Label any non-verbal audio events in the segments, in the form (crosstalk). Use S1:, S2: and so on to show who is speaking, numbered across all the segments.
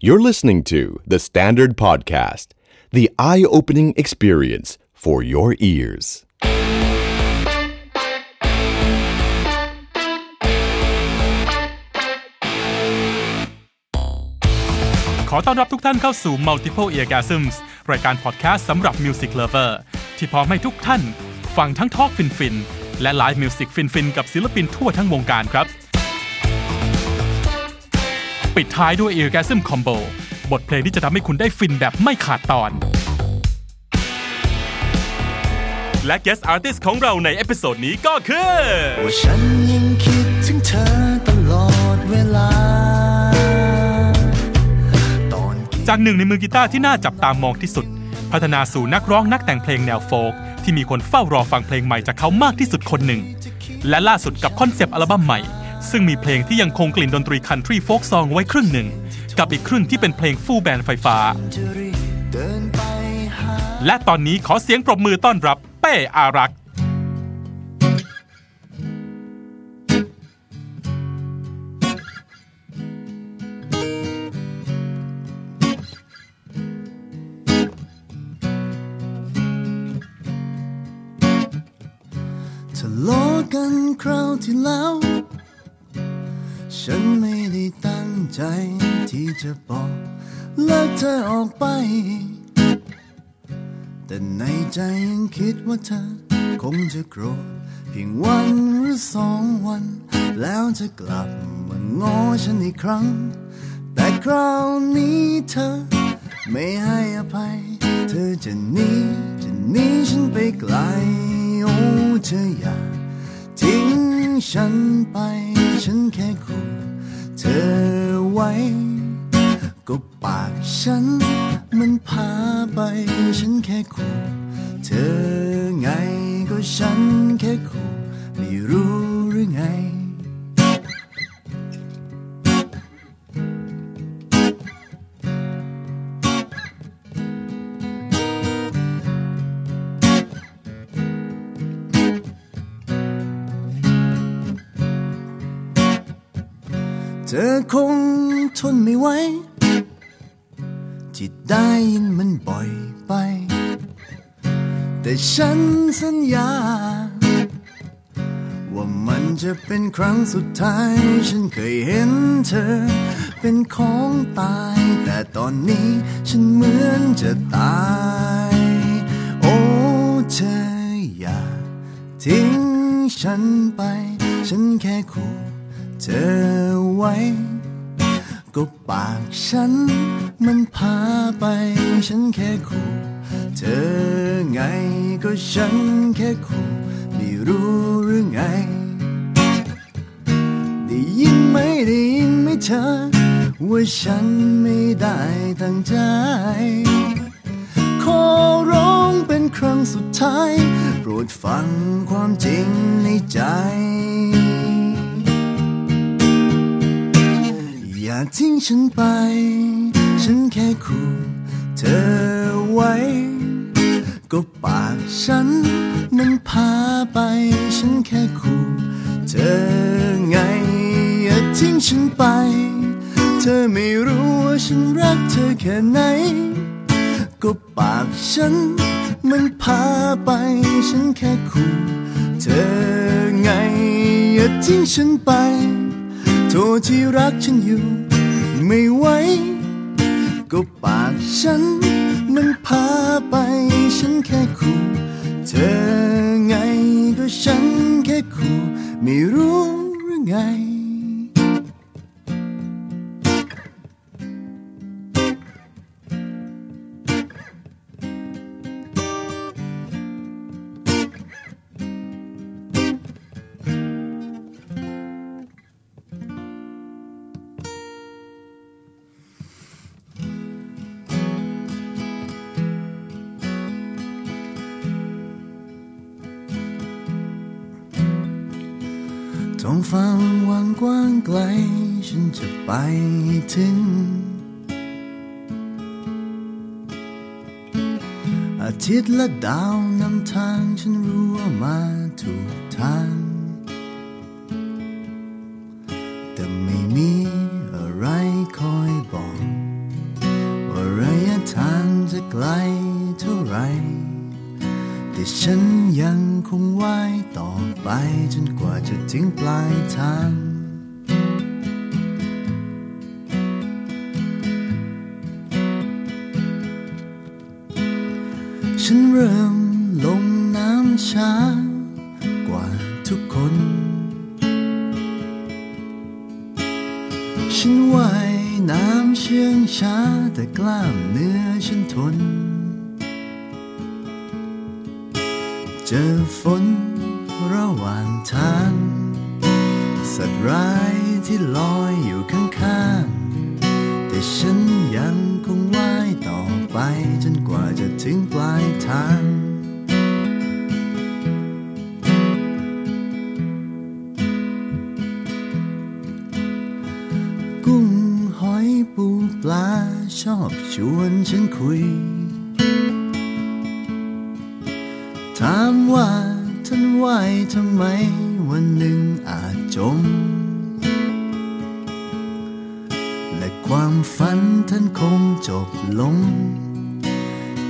S1: You're listening to The Standard Podcast, the eye opening experience for your ears.
S2: Podcast ขอต้อนรับทุกท่านเข้าสู่ Multiple Eargasms รายการพอดแคสต์สำหรับ Music Lover ที่พร้อมให้ทุกท่าน ฟังทั้งทอล์กฟิน ๆ และไลฟ์มิวสิกฟิน ๆ กับศิลปินทั่วทั้งวงการครับ ปิดท้ายด้วย e a r g a s m Combo บทเพลงที่จะทำให้คุณได้ฟินแบบไม่ขาดตอน และ Guest Artist ของเราในเอพิโซดนี้ก็คือ
S3: ว่าฉันยังคิดถึงเธอตลอดเวลา ตอนกิน
S2: จากหนึ่งในมือกีตาร์ที่น่าจับตามองที่สุด พัฒนาสู่นักร้องนักแต่งเพลงแนวโฟกที่มีคนเฝ้ารอฟังเพลงใหม่จากเขามากที่สุดคนหนึ่ง และล่าสุดกับคอนเซปต์อัลบั้มใหม่ ซึ่งมีเพลงที่ยังคงกลิ่นดนตรีคันทรีโฟกซองไว้ครึ่งหนึ่ง กับอีกครึ่งที่เป็นเพลงฟูลแบนด์ไฟฟ้า
S3: จะรีบเดินไปหา
S2: และตอนนี้ขอเสียงปรบมือต้อนรับเป้อารักษ์
S3: ทะเลาะกันคราวที่แล้ว ฉันไม่ได้ตั้งใจที่จะบอกเลิกเธอออกไป แต่ในใจยังคิดว่าเธอ คงจะโกรธเพียงวันหรือสองวัน แล้วจะกลับมาง้อฉันอีกครั้ง แต่คราวนี้เธอ ไม่ให้อภัย เธอจะหนีจะหนีฉันไปไกลโอ้เธออย่า ทิ้งฉันไป ฉันแค่ขู่เธอไว้ ก็ปากฉัน มันพาไป ฉันแค่ขู่เธอไงก็ฉันแค่ขู่ไม่รู้หรือไง เธอคงทนไม่ไหวที่ได้ยินมันบ่อยไป แต่ฉันสัญญา ว่ามันจะเป็นครั้งสุดท้าย ฉันเคยเห็นเธอ เป็นของตาย แต่ตอนนี้ฉันเหมือนจะตาย โอ้เธออย่า ทิ้งฉันไป ฉันแค่ขู่เธอไว้ ก็ปากฉัน มันพาไป ฉันแค่ขู่เธอไงก็ฉันแค่ขู่ไม่รู้หรือไง ได้ยินไหมได้ยินไหมเธอ ว่าฉันไม่ได้ตั้งใจ ขอร้องเป็นครั้งสุดท้าย โปรดฟังความจริงในใจ อย่าทิ้งฉันไป ฉันแค่ขู่เธอไว้ ก็ปากฉัน มันพาไป ฉันแค่ขู่เธอไง อย่าทิ้งฉันไป เธอไม่รู้ว่าฉันรักเธอแค่ไหน ก็ปากฉัน มันพาไป ฉันแค่ขู่เธอไง อย่าทิ้งฉันไป โทษที่รักฉันอยู่ ไม่ไหว ก็ปากฉัน มันพาไป ฉันแค่ขู่เธอไงก็ฉันแค่ขู่ไม่รู้หรือไง ท้องฟ้าว่างกว้างไกล ฉันจะไปให้ถึง อาทิตย์และดาวนำทางฉันรู้ว่ามาถูกทาง แต่ไม่มีอะไรคอยบอก ไกลเท่าไหรแต่ฉันยังคงว่ายต่อไปจนกว่าจะถึงปลายทาง ฉันเริ่มลงน้ำช้ากว่าทุกคน ฉันว่ายน้ำเชื่องช้าแต่กล้ามเนื้อฉันทน เจอฝนระหว่างทาง สัตว์ร้ายที่ลอยอยู่ข้างๆ แต่ฉันยังคงว่ายต่อไปจนกว่าจะถึงปลายทาง กุ้งหอยปูปลาชอบชวนฉันคุย ถามว่าท่านว่ายทำไมวันหนึ่งอาจจม และความฝันท่านคงจบลง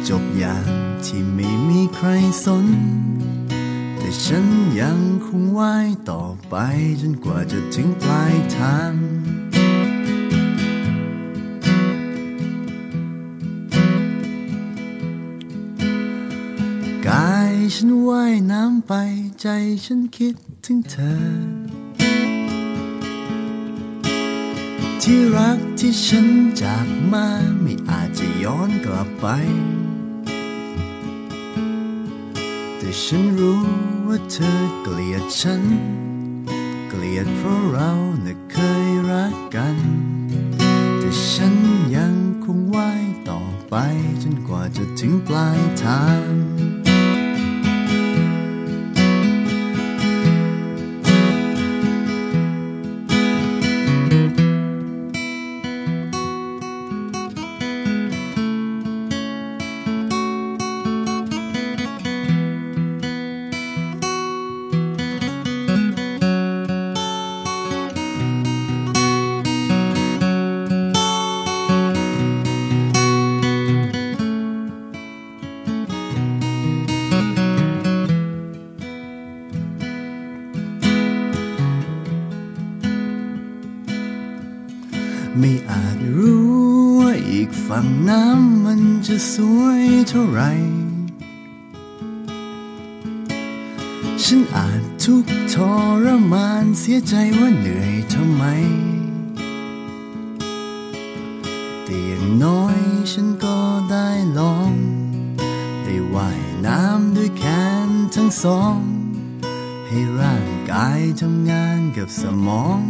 S3: จบอย่างที่ไม่มีใครสน แต่ฉันยังคงว่ายต่อไปจนกว่าจะถึงปลายทาง กายฉันว่ายน้ำไปใจฉันคิดถึงเธอ ที่รักที่ฉันจากมาไม่อาจจะย้อนกลับไป แต่ฉันรู้ว่าเธอเกลียดฉัน เกลียดเพราะเราน่ะเคยรักกัน แต่ฉันยังคงว่ายต่อไปจนกว่าจะถึงปลายทาง ไม่อาจรู้ว่าอีกฝั่งน้ำมันจะสวยเท่าไหรฉันอาจทุกข์ทรมานเสียใจว่าเหนื่อยทำไม แต่อย่างน้อยฉันก็ได้ลอง ได้ว่ายน้ำด้วยแขนทั้งสอง ให้ร่างกายทำงานกับสมอง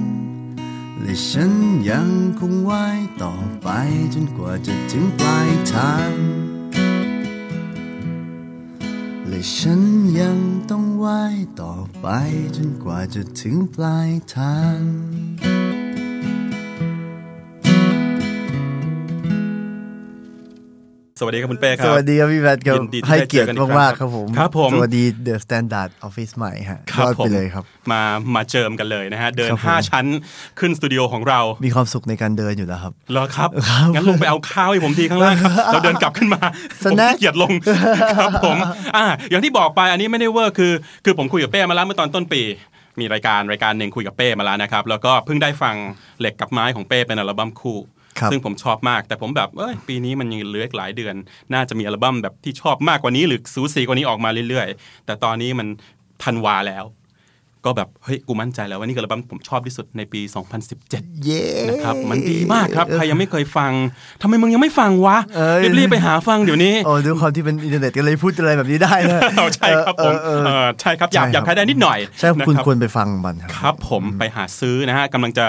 S3: และฉันยังคงว่ายต่อไปจนกว่าจะถึงปลายทาง และฉันยังต้องว่ายต่อไปจนกว่าจะถึงปลายทาง
S2: สวัสดีครับคุณเป้ครั
S3: ส
S2: บ
S3: วัสดีครับพี่แพทย์ครับ
S2: ยินดีที่
S3: ให้
S2: ได้
S3: เกี
S2: เจ
S3: ย
S2: อ
S3: รติ
S2: กัน
S3: มากมากๆครับผม
S2: ครับผม
S3: สวัสดี The Standard Office ใหม่ฮะ
S2: ครับ
S3: รอด
S2: ผ
S3: ไป
S2: ม
S3: เลยครับ
S2: มามาเจิมกันเลยนะฮะ เดิน
S3: ครับผม
S2: 5 ชั้นขึ้นสตูดิโอของเรา
S3: มีความสุขในการเดินอยู่แล้วครับ
S2: เหรอครับ งั้นลงไปเอาข้าวให้ผมทีข้างล่างครับ
S3: (laughs)
S2: เราเดินกลับขึ้นมาผ
S3: ส
S2: ม
S3: แน็ค
S2: ขี้เกียดลง ครับ
S3: (laughs)
S2: ผมอ่าอย่างที่บอกไปอันนี้ไม่ได้เวอร์คือ คือผมคุยกับเป้มาแล้วเมื่อตอนต้นปี มีรายการรายการหนึ่งคุยกับเป้มาแล้วนะครับ แล้วก็เพิ่งได้ฟังเหล็กกับไม้ของเป้เป็นอัลบั้มคู่
S3: ครับ
S2: ซึ่งผมชอบมาก แต่ผมแบบเอ้ยปีนี้มันยังเหลืออีกหลายเดือน น่าจะมีอัลบั้มแบบที่ชอบมากกว่านี้หรือสูสีกว่านี้ออกมาเรื่อยๆ แต่ตอนนี้มันธันวาแล้ว ก็แบบเฮ้ยกูมั่นใจแล้วว่านี่คืออัลบั้มผมชอบที่สุดในปี 2017
S3: เย้
S2: นะครับมันดีมากครับ ใครยังไม่เคยฟังทำไมมึงยังไม่ฟังวะ รีบๆไปหาฟังเดี๋ยวนี้
S3: โอ้ด้วยความที่เป็นอินเทอร์เน็ตก็เลยพูดอะไรแบบนี้ได้นะ
S2: เอาใช่ครับผม
S3: เออเออ
S2: เออใช่ครับ อยาก
S3: ใช่
S2: อยาก
S3: ครับ
S2: ใครได้นิดหน่อย
S3: ใช่ครับคุณ
S2: นะ
S3: ควรไปฟังมันครับ
S2: ครับผมไปหาซื้อนะฮะกำลังจะ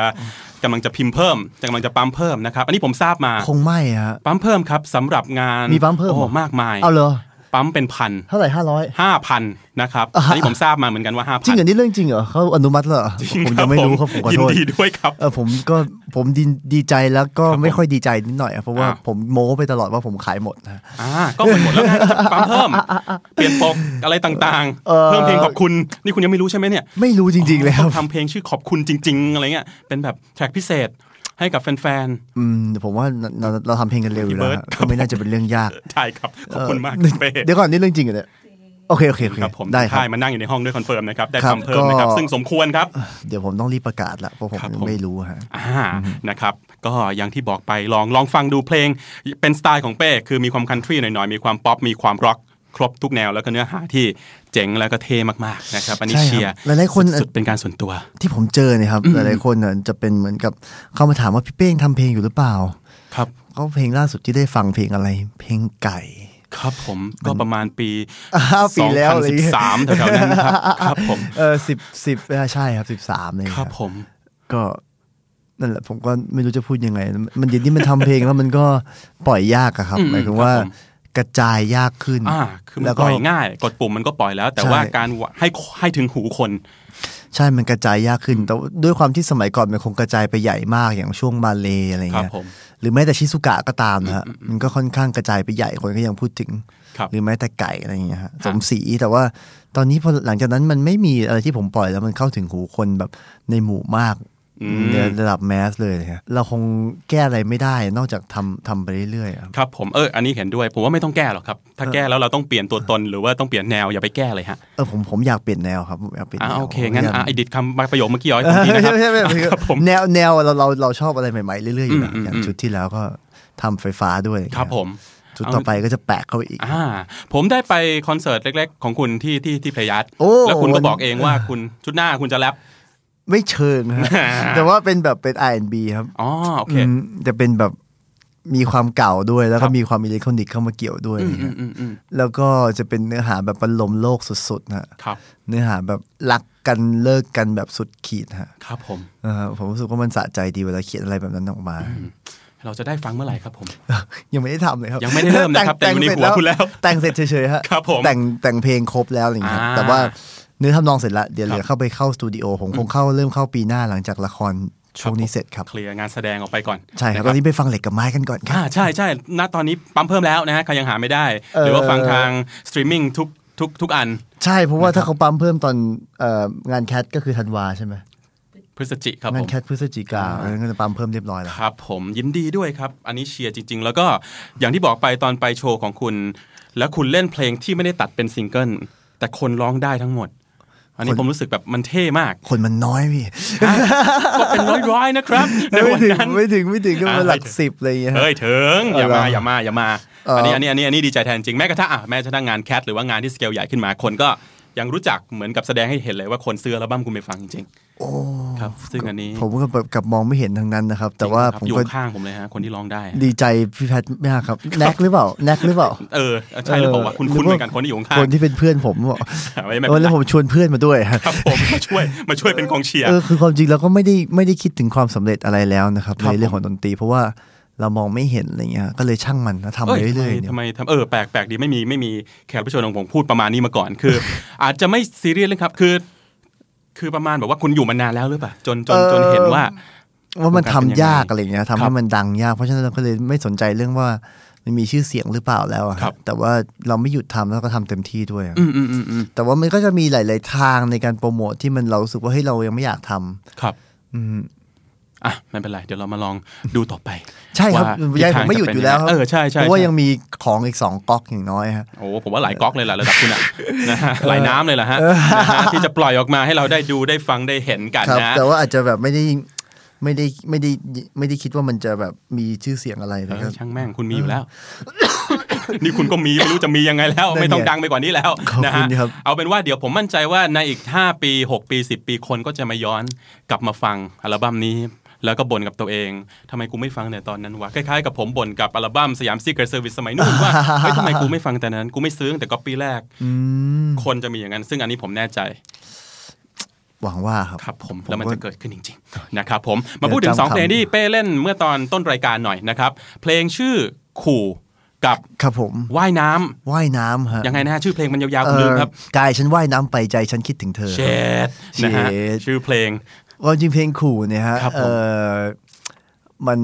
S2: กำลังจะพิมพ์เพิ่มกำลังจะปั๊มเพิ่มนะครับ อันนี้ผมทราบมา
S3: คงไม่ฮะ
S2: ปั๊มเพิ่มครับสำหรับงาน
S3: มีปั๊มเพิ่ม
S2: โอ้
S3: เหรอ
S2: มากมาย
S3: เอาเหรอ
S2: ปั๊มเป็นพัน
S3: เท่าไหร่ห้าร้อย
S2: ห้าพันนะครับ
S3: อ่าฮะ
S2: อันนี้ผมทราบมาเหมือนกันว่าห้า
S3: จ
S2: พั
S3: ริงเหรอนี่เรื่องจริงเหรอเขาอนุมัติแล้วเหรอผมยังไม่รู้ครับผมขอ
S2: ยิ
S3: โท
S2: น
S3: ษ
S2: ดีด้วยครับ
S3: เออผมก็ผมดีดีใจแล้วก็
S2: ครับผม
S3: ไม่ค่อยดีใจนิดหน่อยอะเพราะว่า
S2: อ่า
S3: ผมโม้ไปตลอดว่าผมขายหมดนะ
S2: อ่าก็หมดหมดแล้วนะปั๊มเพิ่ม เปลี่ยนปกอะไรต่าง
S3: เอ่
S2: ๆ
S3: อ
S2: เพิ่มเพลงขอบคุณ นี่คุณยังไม่รู้ใช่ไหมเนี่ย
S3: ไม่รู้จริงๆแล้ว
S2: ทำเพลงชื่อขอบคุณจริง ๆ อะไรเงี้ย เป็นแบบแทร็กพิเศษ ให้กับแฟน
S3: อืมผมว่าเราเราเราทำเพลงกันเร็วอยู่แล้วฮะก็ไม่น่าจะเป็นเรื่องยาก
S2: ๆใช่ครับ ขอบคุณมาก
S3: เออ
S2: เป้
S3: เดี๋ยวก่อนนี่เรื่องจริงเหรอเนี่ยโอเคโอเคโอเค
S2: ครับผม
S3: ได้ครับ
S2: ใช่มานั่งอยู่ในห้องด้วยคอนเฟิร์มนะครับ ได้
S3: ครับ
S2: คำเพิ่มนะครับ
S3: ก็
S2: ซึ่งสมควรครับ
S3: เดี๋ยวผมต้องรีบประกาศละเพราะผม
S2: ครับ
S3: ยัง
S2: ผม
S3: ไม่รู้ฮะ
S2: อ่านะครับก็อย่างที่บอกไปลองลองฟังดูเพลงเป็นสไตล์ของเป้คือมีความคันทรีหน่อยๆ มีความป๊อป มีความร็อก ครบทุกแนวแล้วก็เนื้อหาที่เจ๋งแล้วก็เท่มากๆนะครับอันนี้
S3: ใช่ครับ
S2: เชียร์
S3: หลายๆคน
S2: สุดๆเป็นการส่วนตัว
S3: ที่ผมเจอเนี่ยครับหลายๆคนน่ะจะเป็นเหมือนกับเข้ามาถามว่าพี่เป้งทำเพลงอยู่หรือเปล่า
S2: ครับ
S3: ก็เพลงล่าสุดที่ได้ฟังเพลงอะไร เพลงไก่
S2: ครับผมก็ประมาณปี
S3: อ่าปีแล้วอะไรอย่างเงี้ย
S2: 2013แถวๆนั้นครับครับผม
S3: เออสิบสิบใช่ครับสิบสามเลย
S2: ค
S3: ค
S2: รั
S3: รั
S2: บบ ผม
S3: ก็นั่นแหละผมก็ไม่รู้จะพูดยังไง มันเดี๋ยวนี้มันทำเพลงแล้วมันก็ปล่อยยากอะครับ
S2: อืม
S3: หมายถึ
S2: ค
S3: ง
S2: รับ
S3: ว่า
S2: ผม
S3: กระจายยากขึ้น
S2: อ่าคือมั
S3: แล้
S2: น
S3: ว
S2: ป
S3: ก็
S2: ล่อยง่ายกดปุ่มมันก็ปล่อยแล้ว แต่
S3: ใช่
S2: ว่าการให้ให้ถึงหูคน
S3: ใช่มันกระจายยากขึ้น แต่ว่าด้วยความที่สมัยก่อนมันคงกระจายไปใหญ่มากอย่างช่วงมาเลย์อะไร
S2: ครั
S3: เงี้
S2: บ
S3: ย
S2: ผม
S3: หรือแม้แต่ชิซุกะก็ตามนะฮะมันก็ค่อนข้างกระจายไปใหญ่คนก็ยังพูดถึง
S2: ครับ
S3: หรือแม้แต่ไก่อะไรอย่างเงี้ยฮะสมศรีแต่ว่าตอนนี้พอหลังจากนั้นมันไม่มีอะไรที่ผมปล่อยแล้วมันเข้าถึงหูคนแบบในหมู่มาก
S2: อืม
S3: ในระดับแมสเลยฮะเราคงแก้อะไรไม่ได้นอกจากทำทำไปเรื่อยๆอะ
S2: ครับผมเอออันนี้เห็นด้วย ผมว่าไม่ต้องแก้หรอกครับ ถ้าแก้แล้วเราต้องเปลี่ยนตัวตนหรือว่าต้องเปลี่ยนแนวอย่าไปแก้เลยฮะ
S3: เออผมผมอยากเปลี่ยนแนวครับผมอยากเปลี่ยน
S2: อ่า
S3: แนว
S2: โอเคงั้น
S3: ผมยาก
S2: อ่ะไอดิดคำประโยคเมื่อกี้ย้อย
S3: เอ
S2: ผม
S3: อ
S2: ทีนะค
S3: ใช่
S2: รับ
S3: ใช่ใช่
S2: อ่ะครับผม
S3: แนวแนวเราเราเราชอบอะไรใหม่ๆเรื่อยๆอยู่แล้วอย่างชุดที่แล้วก็ทำไฟฟ้าด้วยอย่าง
S2: ค
S3: เงี้ย
S2: รับผม
S3: ชุดต่อไปก็จะแปะเข้าไปอีก
S2: อ่าผมได้ไปคอนเสิร์ตเล็ก ๆ ของคุณที่ที่ที่เพยัต
S3: โอ้
S2: แล้วคุณ
S3: วั
S2: ก็
S3: น
S2: บอกเองว่าคุณชุดหน้าคุณจะแรป
S3: ไม่เชิงฮะ แต่ว่าเป็นแบบเป็น R&B ครับ
S2: อ๋อโอเค
S3: อืมจะเป็นแบบมีความเก่าด้วยแล้ว
S2: ครั
S3: ก็
S2: บ
S3: มีความอิเล็กทรอนิกส์เข้ามาเกี่ยวด้วยอะไรเงี้ย
S2: อืมอืม
S3: แล้วก็จะเป็นเนื้อหาแบบบรรลมโลกสุดๆนะฮะ
S2: ครับ
S3: เนื้อหาแบบรักกันเลิกกันแบบสุดขีดฮะ
S2: ครับผม
S3: เออผมรู้สึกว่ามันสะใจดีเวลาเขียนอะไรแบบนั้นออกมา
S2: เราจะได้ฟังเมื่อไหร่ครับผม
S3: (laughs) ยังไม่ได้ทำเลยครับ
S2: ยังไม่ได้เริ่มนะครับแต่อยู่ในหัว
S3: เสร็จล้ว
S2: คุณแล้ว
S3: แต่งเสร็จเฉยๆฮะ
S2: ครับผม
S3: แต่งแต่งเพลงครบแล้วอะไรอย่างเงี้ยครับ
S2: อ่า
S3: แต่ว่าเนื้อทำนองเสร็จละเดี๋ยว
S2: ครับ
S3: เหลือเข้าไปเข้าสตูดิโอผมคงเข้าเริ่มเข้าปีหน้าหลังจากละครช่วงนี้เสร็จครับ
S2: เคลียร์งานแสดงออกไปก่อน
S3: ใช่ครับ
S2: นะ
S3: ตอนนี้ไปฟังเหล็กกับไม้กันก่อนครับ
S2: อ่าใช่ใช่ณตอนนี้ปั๊มเพิ่มแล้วนะฮะใครยังหาไม่ได้
S3: เอ่อ
S2: หรือว่าฟังทางสตรีมมิ่งทุกทุกทุกอัน
S3: ใช่เพราะว่าถ้าเขาปั๊มเพิ่มตอนเอ่องานแคทก็คือธันวาใช่ไหม
S2: พฤศจิครับ
S3: งา
S2: ผ
S3: น
S2: ม
S3: แคทพฤศจิกาอันนั้นก็จะปั๊มเพิ่มเรียบร้อยแล้ว
S2: ครับผมยินดีด้วยครับ อันนี้เชียร์จริง ๆ แล้วก็อย่างที่บอกไปตอนไปโชว์ของคุณ แล้วคุณเล่นเพลงที่ไม่ได้ตัดเป็นซิงเกิลแต่คนร้องได้ทั้งหมด อันนี้
S3: คน
S2: ผมรู้สึกแบบมันเท่มาก (laughs)
S3: คนมันน้อยพี่
S2: ก็เป็นร้อยๆนะครับใน
S3: ไม่
S2: วัน
S3: ถึง
S2: นั้น
S3: ไม่ถึงไม่ถึงก็มาหลัก
S2: อ่า
S3: สิบอะไรอย่างเงี้ย
S2: เฮ้ยถึงอย่ามา
S3: เอาล่ะ
S2: อย่ามาอย่ามา
S3: เอ่ออั
S2: อันนี้อันนี้อันนี้อันนี้ดีใจแทนจริงแม้กระทั่งอ่ะแม้กระทั่งงานแคทหรือว่างานที่สเกลใหญ่ขึ้นมาคนก็ยังรู้จักเหมือนกับแสดงให้เห็นเลยว่าคนซื้ออัลบั้มคุณไปฟังจริงๆครับซึ่งอันนี้
S3: ผมก็แบบกลับมองไม่เห็นทางนั้นนะครับ แต่ว่า
S2: จริงๆครับอ
S3: ผม
S2: ยู่
S3: ก็
S2: ข้างผมเลยฮะคนที่ร้องได้ฮะ
S3: ดีใจพี่แพทมากครับแน็กหรือเปล่าแน็กหรือเปล่า
S2: เออใช่หรือเปล่าวะคุณคุณเหมือนกันคนที่อยู่ข้าง
S3: คนที่เป็นเพื่อนผมบอก
S2: ไม่ไม่
S3: เอ
S2: เป็
S3: อน แล้
S2: ไร
S3: วผมชวนเพื่อนมาด้วย
S2: ครับผมมาช่วยมาช่วยเป็นกองเชียร์
S3: เออคือความจริงเราก็ไม่ได้ไม่ได้คิดถึงความสำเร็จอะไรแล้วนะครับ
S2: ครับ
S3: ในเรื่องของดนตรี เพราะว่าเรามองไม่เห็นอะไรเงี้ยก็เลยช่างมันนะทำไป
S2: เอ้ย
S3: เรื่อยๆ
S2: ทำไม
S3: เนี่ย
S2: ทำไมทำเออแปลกแปลกดีไม่มีไม่มีแขกรับเชิญของผมพูดประมาณนี้มาก่อนคือ (laughs) อาจจะไม่ซีเรียสเลยครับคือ คือประมาณแบบว่าคุณอยู่มานานแล้วหรือเปล่าจนจนจนเห็นว่า
S3: ว่ามันทำยาก
S2: โครงการเป็นยังไง
S3: อะไรเงี้ย
S2: ครั
S3: ทำให้
S2: บ
S3: มันดังยากเพราะฉะนั้นเราก็เลยไม่สนใจเรื่องว่ามันมีชื่อเสียงหรือเปล่าแล้วอะ
S2: ครับ
S3: แต่ว่าเราไม่หยุดทำแล้วก็ทำเต็มที่ด้วยอะ
S2: อืมอืมอืมอืม
S3: แต่ว่ามันก็จะมีหลาย ๆ ทางในการโปรโมทที่มันเรารู้สึกว่าเฮ้ยเรายังไม่อยากทำ
S2: ครับ
S3: อืม
S2: อ่ะไม่เป็นไร เดี๋ยวเรามาล
S3: (laughs)
S2: องดูต่อไป
S3: ใช่ครับ
S2: ว่
S3: ยาย
S2: ทิศ
S3: ผ
S2: ท
S3: ม
S2: ง
S3: ไม่หยุด
S2: จะเป็
S3: อ
S2: น
S3: ยู่แล้วครับ
S2: เออใช่ใช่
S3: เพราะว่า
S2: ใช่
S3: ยังมีของอีกสองก๊อกอย่างน้อยฮะ
S2: โอ้ผมว่าหลายก๊อกเลยล่ะระดับ
S3: (laughs)
S2: คุณอ่ะนะฮะหลายน้ำเลยล่ะฮะนะฮะที่จะปล่อยออกมาให้เราได้ดูได้ฟังได้เห็นกัน
S3: ครับ
S2: นะ
S3: แต่ว่าอาจจะแบบไม่ได้ไม่ได้ไม่ได้ไม่ได้คิดว่ามันจะแบบมีชื่อเสียงอะไร
S2: เอ
S3: นะ
S2: อ
S3: ครับ
S2: ช่างแม่งคุณมีอยู่แล้ว (coughs) นี่คุณก็มีไม่รู้จะมียังไงแล้ว ไม่ต้องดังไปกว่านี้แล้ว
S3: ขอบ
S2: นะ
S3: คุ
S2: ฮะ
S3: ณครับ
S2: เอาเป็นว่าเดี๋ยวผมมั่นใจว่าในอีก 5 ปี 6 ปี 10 ปีคนก็จะมาย้อนกลับมาฟังอัลบั้มนี้ แล้วก็บ่นกับตัวเองทำไมกูไม่ฟังแต่ตอนนั้นวะคล้ายๆกับผมบ่นกับอัลบั้มสยามซีเกอร์เซอร์วิสสมัยนู้นว่า
S3: (laughs)
S2: เฮ้ยทำไมกูไม่ฟังแต่นั้น กูไม่ซื้อตั้งแต่ก๊อปปี้แรก
S3: อืม
S2: คนจะมีอย่างนั้น ซึ่งอันนี้ผมแน่ใจ
S3: หวังว่าครับ
S2: ครับผม
S3: ผม
S2: แล้วมัน
S3: ก็
S2: จะเกิดขึ้นจริงๆนะครับผมมาพูดถึงสองเพลง
S3: จำคำ
S2: ที่เป้เล่นเมื่อตอนต้นรายการหน่อยนะครับเพลงชื่อขู่กับ
S3: ครับผม
S2: ว่ายน้ำ
S3: ว่ายน้ำฮะ
S2: ยังไงนะฮะชื่อเพลงมันยาวๆผมลืมครับ
S3: เอ่อกายฉันว่ายน้ำไปใจฉันคิดถึงเธอ
S2: เชดนะฮะ
S3: เชด
S2: ชื่อเพลง
S3: ความจริงเพลงขู่เนี่ยฮะ
S2: ครับผม
S3: เออมัน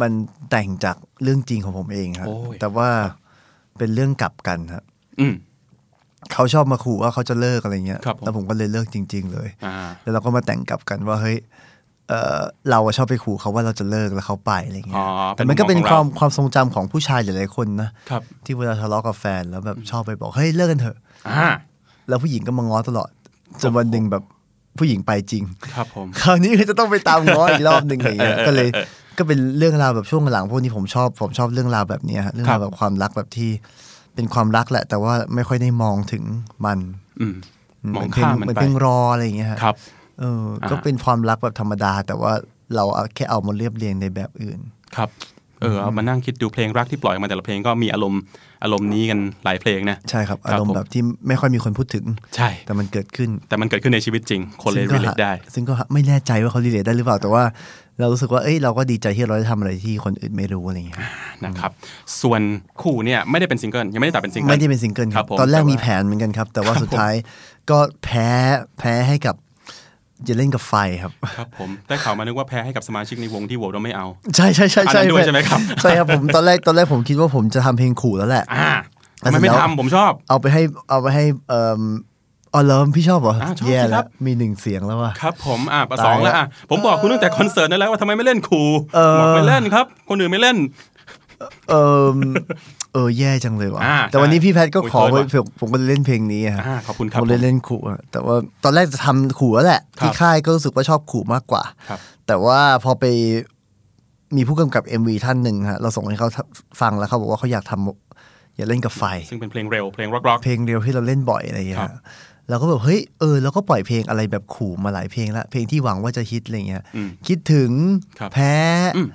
S3: มันแต่งจากเรื่องจริงของผมเองครับ
S2: โอ้ย
S3: แต่ว่าเป็นเรื่องกลับกันครับ
S2: อืม
S3: เขาชอบมาขู่ว่าเขาจะเลิกอะไรเงี้ย
S2: ครับผม
S3: แล้วผมก็เลยเลิกจริง ๆ เลย
S2: อ่า
S3: แล้วเราก็มาแต่งกลับกันว่าเฮ้ย เอ่อเราอะชอบไปขู่เขาว่าเราจะเลิกแล้วเขาไปอะไร
S2: อ๋
S3: เงี้ย
S2: อ
S3: แต่มันก็เป็น
S2: เป็นมุม
S3: ค
S2: มอ
S3: วาง ม
S2: ของเรา
S3: ความทรงจำของผู้ชายหลายๆคนนะครับ ที่เวลาทะเลาะกับแฟนแล้วแบบชอบไปบอกเฮ้ยเลิกกันเถอะ
S2: อ่า
S3: แล้วผู้หญิงก็มาง้อตลอดจนวันหนึ่งแบบผู้หญิงไปจริง
S2: ครับผม
S3: คราวนี้ก็จะต้องไปตามง้ออีกรอบหนึ่งอะไรเงี้
S2: เออ
S3: ย
S2: เออเออ
S3: ก็เลยก็เป็นเรื่องราวแบบช่วงหลังพวกนี้ผมชอบผมชอบเรื่องราวแบบเนี้ยฮะเรื่อง
S2: ค
S3: ราว
S2: รับ
S3: แบบความรักแบบที่เป็นความรักแหละ แต่ว่าไม่ค่อยได้มองถึงมัน
S2: อืมมอง
S3: เหเพล
S2: ข้ามมัน
S3: เหมือน
S2: ไป
S3: เพลงรออะไรอย่างเงี้ยฮะ
S2: ครับ
S3: เออก็เป็นความรักแบบธรรมดา แต่ว่าเราเอาแค่เอามาเรียบเรียงในแบบอื่น
S2: ครับ เออเอามานั่งคิดดูเพลงรักที่ปล่อยออกมาแต่ละเพลงก็มีอารมณ์อารมณ์นี้กันหลายเพลงนะ
S3: ใช่ครับอารมณ์แบบที่ไม่ค่อยมีคนพูดถึง
S2: ใช่
S3: แต่มันเกิดขึ้น
S2: แต่มันเกิดขึ้นในชีวิตจริง คนเลย
S3: ซึ่งก็
S2: รีเล
S3: หา
S2: ทได้
S3: ซึ่งก็หาไม่แน่ใจว่าเขารีเลทได้หรือเปล่า แต่ว่าเรารู้สึกว่า เอ้ย เราก็ดีใจที่เราได้ทำอะไรที่คนอื่นไม่รู้อะไรอย่างเงี้ย
S2: นะครับ ส่วนคู่เนี่ยไม่ได้เป็นซิงเกิลยังไม่ได้ตัดเป็นซิงเกิล
S3: ไม่ได้เป็นซิงเกิล
S2: ครับผม
S3: ตอนแรกมี
S2: ว่า
S3: แผนเหมือนกันครับ แต่ว่าสุดท้ายก็แพ้ แพ้ให้กับจะเล่นกับไฟครับ
S2: ครับผมได้ข่าวมานึกว่าแพ้ให้กับสมาชิกในวงที่โหวตว่าไม่เอา
S3: ใช่ใช่ใช่
S2: อันนั้นด้วยใช่ไหมครับ
S3: ใช่ครับผม ตอนแรก ตอนแรกผมคิดว่าผมจะทำเพลงขู่แล้วแหละ
S2: อ่า
S3: อ่ะ
S2: ทำไมไม่
S3: เสร็จแล้ว
S2: ทำผมชอบ
S3: เอาไปให้ เอาไปให้ เอ่ออ๋อเหรอพี่ชอบเหรอ
S2: อ่ะชอบ
S3: แย่
S2: สิครั
S3: แล้ว
S2: บ
S3: มีหนึ่งเสียงแล้วว่ะ
S2: ครับผมอ่ะประ
S3: ตาย
S2: สองแล้ว
S3: แล้ว
S2: อ่ะผมบอกคุณตั้งแต่คอนเสิร์ตนั่นแล้วว่าทำไมไม่เล่นครู
S3: เออ
S2: บอกไม่เล่นครับ คนอื่นไม่เล่น
S3: เออเออแย่จังเลยว่ะ
S2: อ่า
S3: แต่วันนี้พี่แพทย์ก็
S2: โอ้ย
S3: ขอ
S2: เปิ
S3: ไว้
S2: ดว่ะ
S3: ผมก็เลยเล่นเพลงนี้อะ
S2: อ่าขอบคุณครับ
S3: ผมเลยเล่นขู่อะแต่ว่าตอนแรกจะทำขู่แล้วแหละ
S2: ครับ
S3: ที่ค่ายก็รู้สึกว่าชอบขู่มากกว่า
S2: ครับ
S3: แต่ว่าพอไปมีผู้กำกับ MV ท่านหนึ่งฮะเราส่งให้เขาฟังแล้วเขาบอกว่าเขาอยากทำอย่าเล่นกับไฟ
S2: ซึ่งเป็นเพลงเร็วเพลงร็อกร็อก
S3: เพลงเร็วที่เราเล่นบ่อยอะไรอย่างเงี้ย
S2: ครับ
S3: เราก็แบบเฮ้ยเออเราก็ปล่อยเพลงอะไรแบบขู่มาหลายเพลงละเพลงที่หวังว่าจะฮิตอะไรเงี้ย
S2: อืม
S3: คิดถึง
S2: ครับ
S3: แพ้
S2: อืม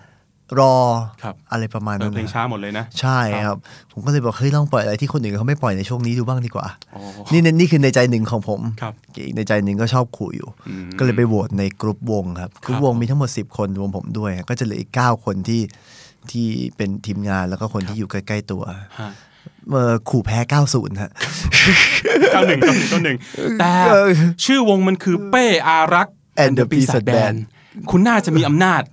S3: รอ
S2: ครับ
S3: อะไรประมาณ
S2: เอ
S3: นั้
S2: อน เพลง
S3: นะ
S2: ช้าหมดเลยนะ
S3: ใช่ครับ ผมก็เลยบอกเฮ้ยลองปล่อยอะไรที่คนอื่นเขาไม่ปล่อยในช่วงนี้ดูบ้างดีกว่า
S2: โอ้
S3: นี่เนี่ยนี่คือในใจหนึ่งของผม
S2: ครับ
S3: อีกในใจหนึ่งก็ชอบขู่อยู่
S2: อืม
S3: ก็เลยไปโหวตในกลุ่มวงครับกลุ่มวงมีทั้งหมด 10 คนรวมผมด้วย ก็จะเหลืออีก 9 คนที่ที่เป็นทีมงานแล้วก็คนที่อยู่ใกล้ ๆ ตัว
S2: ฮะ
S3: เออขู่แพ้ 90ฮะ (laughs)
S2: เก้าหนึ่งเก้าหนึ่งเก้าหนึ่งแต่ชื่อวงมันคือเป้อารักษ์
S3: And the Peace Band
S2: คุณน่าจะมีอำนาจ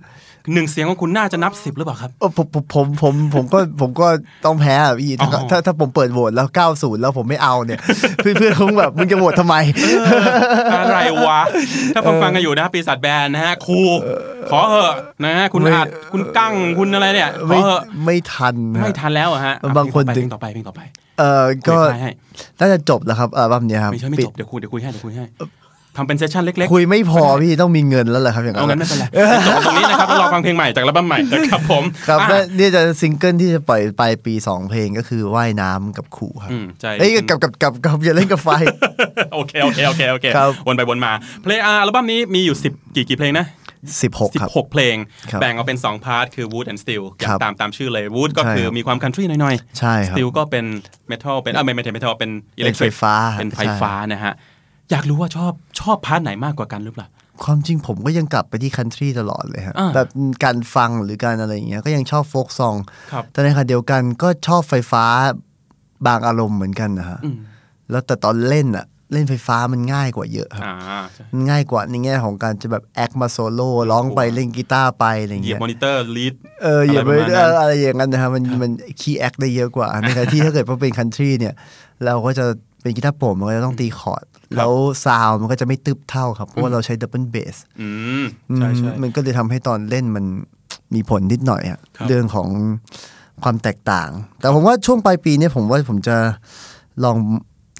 S2: หนึ่งเสียงของคุณน่าจะนับสิบหรือเปล่าครับ
S3: เออผมผมผมผมผมก็ผมก็ต้องแพ้อ่ะพี่ถ้า
S2: อ๋อ
S3: ถ้าถ้าผมเปิดโหวตแล้ว 90 แล้วผมไม่เอาเนี่ย (laughs) เพื่อนๆคงแบบมึงจะโหวตทำไม
S2: อะไรวะ ถ้าฟังฟังๆกันอยู่นะปีศาจแบนนะฮะครูขอเหอะนะฮะคุณ
S3: ไม่
S2: อาจคุณกั้งคุณอะไรเนี่ยขอ
S3: ไม่
S2: เหอะ
S3: ไม่ทันฮะ
S2: ไม่ทันแล้วอะฮะอ่ะ
S3: บางคน
S2: เพลง
S3: ถึง
S2: ต่อไปเพลงต่อไป
S3: เออก็
S2: เพลงต่อไปให้
S3: น่าจะจบแล้วครับอัลบั้มเนี้ยครับ
S2: ไม่ใช่ไม่
S3: ปิด
S2: จบเดี๋ยวคุยเดี๋ยวคุยให้เดี๋ยวคุยให้ทำเป็นเซสชั่นเล็ก
S3: คุยไม่พอพี่ต้องมีเงินแล้วแหละครับอย่าง
S2: ๆเอางั้นไม่
S3: น
S2: เป็นไรจบตรงนี้นะครับแล้วรอฟังเพลงใหม่จากอัลบั้มใหม่นะครับผม
S3: ครับ
S2: อ่ะ
S3: และนี่จะซิงเกิลที่จะปล่อยไปปี 2 เพลงก็คือว่ายน้ำกับขู่ครับ
S2: อืมใจ
S3: เอ้ยกับกับกับกับอย่าเล่นกับไฟ
S2: (laughs) โอเค โอเค โอเค โอเค
S3: ครับ
S2: วนไปวนมา เพลงอาอัลบั้มนี้มีอยู่ 10 กี่กี่เพลงนะ
S3: 16ครับ
S2: 16 เพลง
S3: ครับ
S2: แบ่งออกเป็น 2 พาร์ท คือ Wood and Steel อย่า
S3: ครั
S2: ง
S3: บ
S2: ตามตามชื่อเลย Wood ก็คือ
S3: ใช่ครับ
S2: มีความคันทรีหน่อย
S3: ใช่ครับ
S2: Steel ก็เป็นเมทัลเป็นอ่ะไม่ไม่ใช่เมทัลเป็นอิเล็กท
S3: ไฟ
S2: ริก
S3: ฟ้า
S2: เป็นไฟ
S3: ใช่
S2: ฟ้านะฮะ อยากรู้ว่าชอบชอบพาร์ทไหนมากกว่ากันหรือเปล่า
S3: ความจริงผมก็ยังกลับไปที่คันทรีตลอดเลยฮะ
S2: อ่า
S3: แบบการฟังหรือการอะไรอย่างเงี้ยก็ยังชอบโฟกซอง
S2: ครับ
S3: แต่ในขณะเดียวกันก็ชอบไฟฟ้าบางอารมณ์เหมือนกันนะฮะแล้วแต่ตอนเล่นอะเล่นไฟฟ้ามันง่ายกว่าเยอะครับ
S2: อ่า
S3: มันง่ายกว่าในแง่ของการจะแบบแอคมาโซโล่ร้องไปเล่นกีตาร์ไปอะไร
S2: เหยีย
S3: เงี้
S2: บ
S3: ย
S2: มอนิเตอร์ลีด
S3: เอออย่าไป
S2: ประมาณ
S3: เอ
S2: นั้น
S3: ออะไรอย่างนั้นนะครับมันมันคีย์แอคได้เยอะ (laughs) กว่าในขณะที่ ถ้าเกิดว่าเป็นคันทรีเนี่ย เราก็จะเป็นกีตาร์โปร่งมันก็จะต้องตีคอร์ด แล้วซาวด์มันก็จะไม่ตึบเท่าครับ เพราะว่าเราใช้ดับเบิลเบส
S2: อืมใช่ใช่
S3: อืมมันก็เลยทำให้ตอนเล่นมันมีผลนิดหน่อยอะ
S2: ครับ
S3: เรื่องของความแตกต่าง แต่ผมว่าช่วงปลายปีเนี่ยผมว่าผมจะลอง